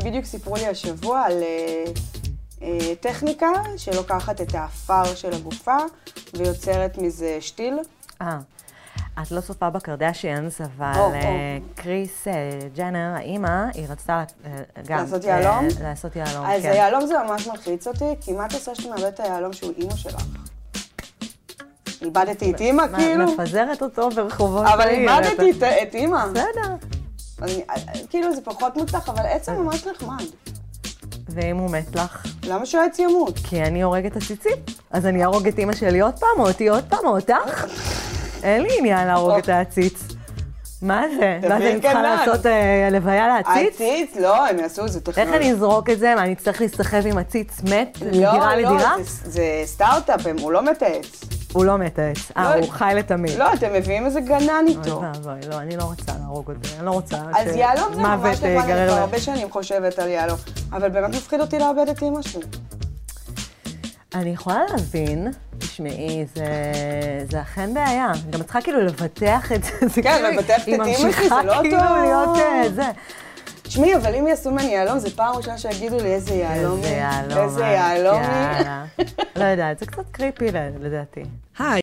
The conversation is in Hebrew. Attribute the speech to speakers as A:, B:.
A: בדיוק סיפרו לי השבוע על אה, אה, טכניקה שלוקחת את האפר של הגופה ויוצרת מזה שתיל.
B: אה, את לא צופה בקרדשיאנס, אבל
A: או, או.
B: אה, קריס אה, ג'נר, האימא, היא רצתה אה, גם...
A: לעשות
B: אה,
A: יהלום?
B: לעשות יהלום,
A: אז
B: כן.
A: היהלום זה ממש מלחיץ אותי, כי מה את עושה שאת מאבדת את היהלום שהוא אימא שלך? איבדתי את אימא,
B: מה,
A: כאילו?
B: מפזרת אותו ברחובות
A: אבל
B: העיר, אתה-
A: איבדתי את- את אימא.
B: בסדר.
A: אני- כאילו זה פחות מוצלח, אבל עצם ממש נחמד.
B: ואם הוא מת לך?
A: למה שהעץ ימות?
B: כי אני הורגת את הציצית. אז אני אהרוג את אימא שלי עוד פעם, או אותי עוד פעם, או אותך? אין לי עניין להרוג את העציץ. מה זה? מה זה,
A: אוקיי. תביא
B: אני צריכה
A: גנן.
B: לעשות אה, לוויה לעציץ?
A: עציץ? לא, הם יעשו איזה טכנולוגיה.
B: איך אני אזרוק את זה? מה, אני אצטרך להסתחב עם עציץ מת מדירה
A: לא,
B: לדירה?
A: לא, זה- זה סטארט-אפ, הם- הוא לא מתעץ.
B: הוא לא מת העץ. אה,
A: לא.
B: הוא חי לתמיד.
A: לא, אתם מביאים איזה גנן
B: אוי
A: איתו.
B: ואבוי, לא, אני לא רוצה להרוג אותו, אני לא רוצה
A: אז
B: ש-
A: יהלום זה
B: מוות,
A: ממש
B: אה,
A: נחמד, אני
B: גרר
A: כבר
B: להם.
A: הרבה שנים חושבת על יהלום. אבל באמת מפחיד אותי לאבד את אימא שלי.
B: אני יכולה להבין, תשמעי, זה, זה אכן בעיה. גם את צריכה כאילו לבטח את זה. זה
A: כן,
B: כאילו-
A: לבטח את אימא שלי, זה לא
B: היא ממשיכה כאילו
A: אותו-
B: להיות אה, זה.
A: תשמעי, אבל אם יעשו ממני יהלום, זה פעם ראשונה שיגידו לי איזה יהלום.
B: איזה
A: היא,
B: יהלום.
A: איזה
B: אה,
A: יהלום. היא.
B: יאללה. לא יודעת, זה קצת קריפי ל- לדעתי.
C: היי,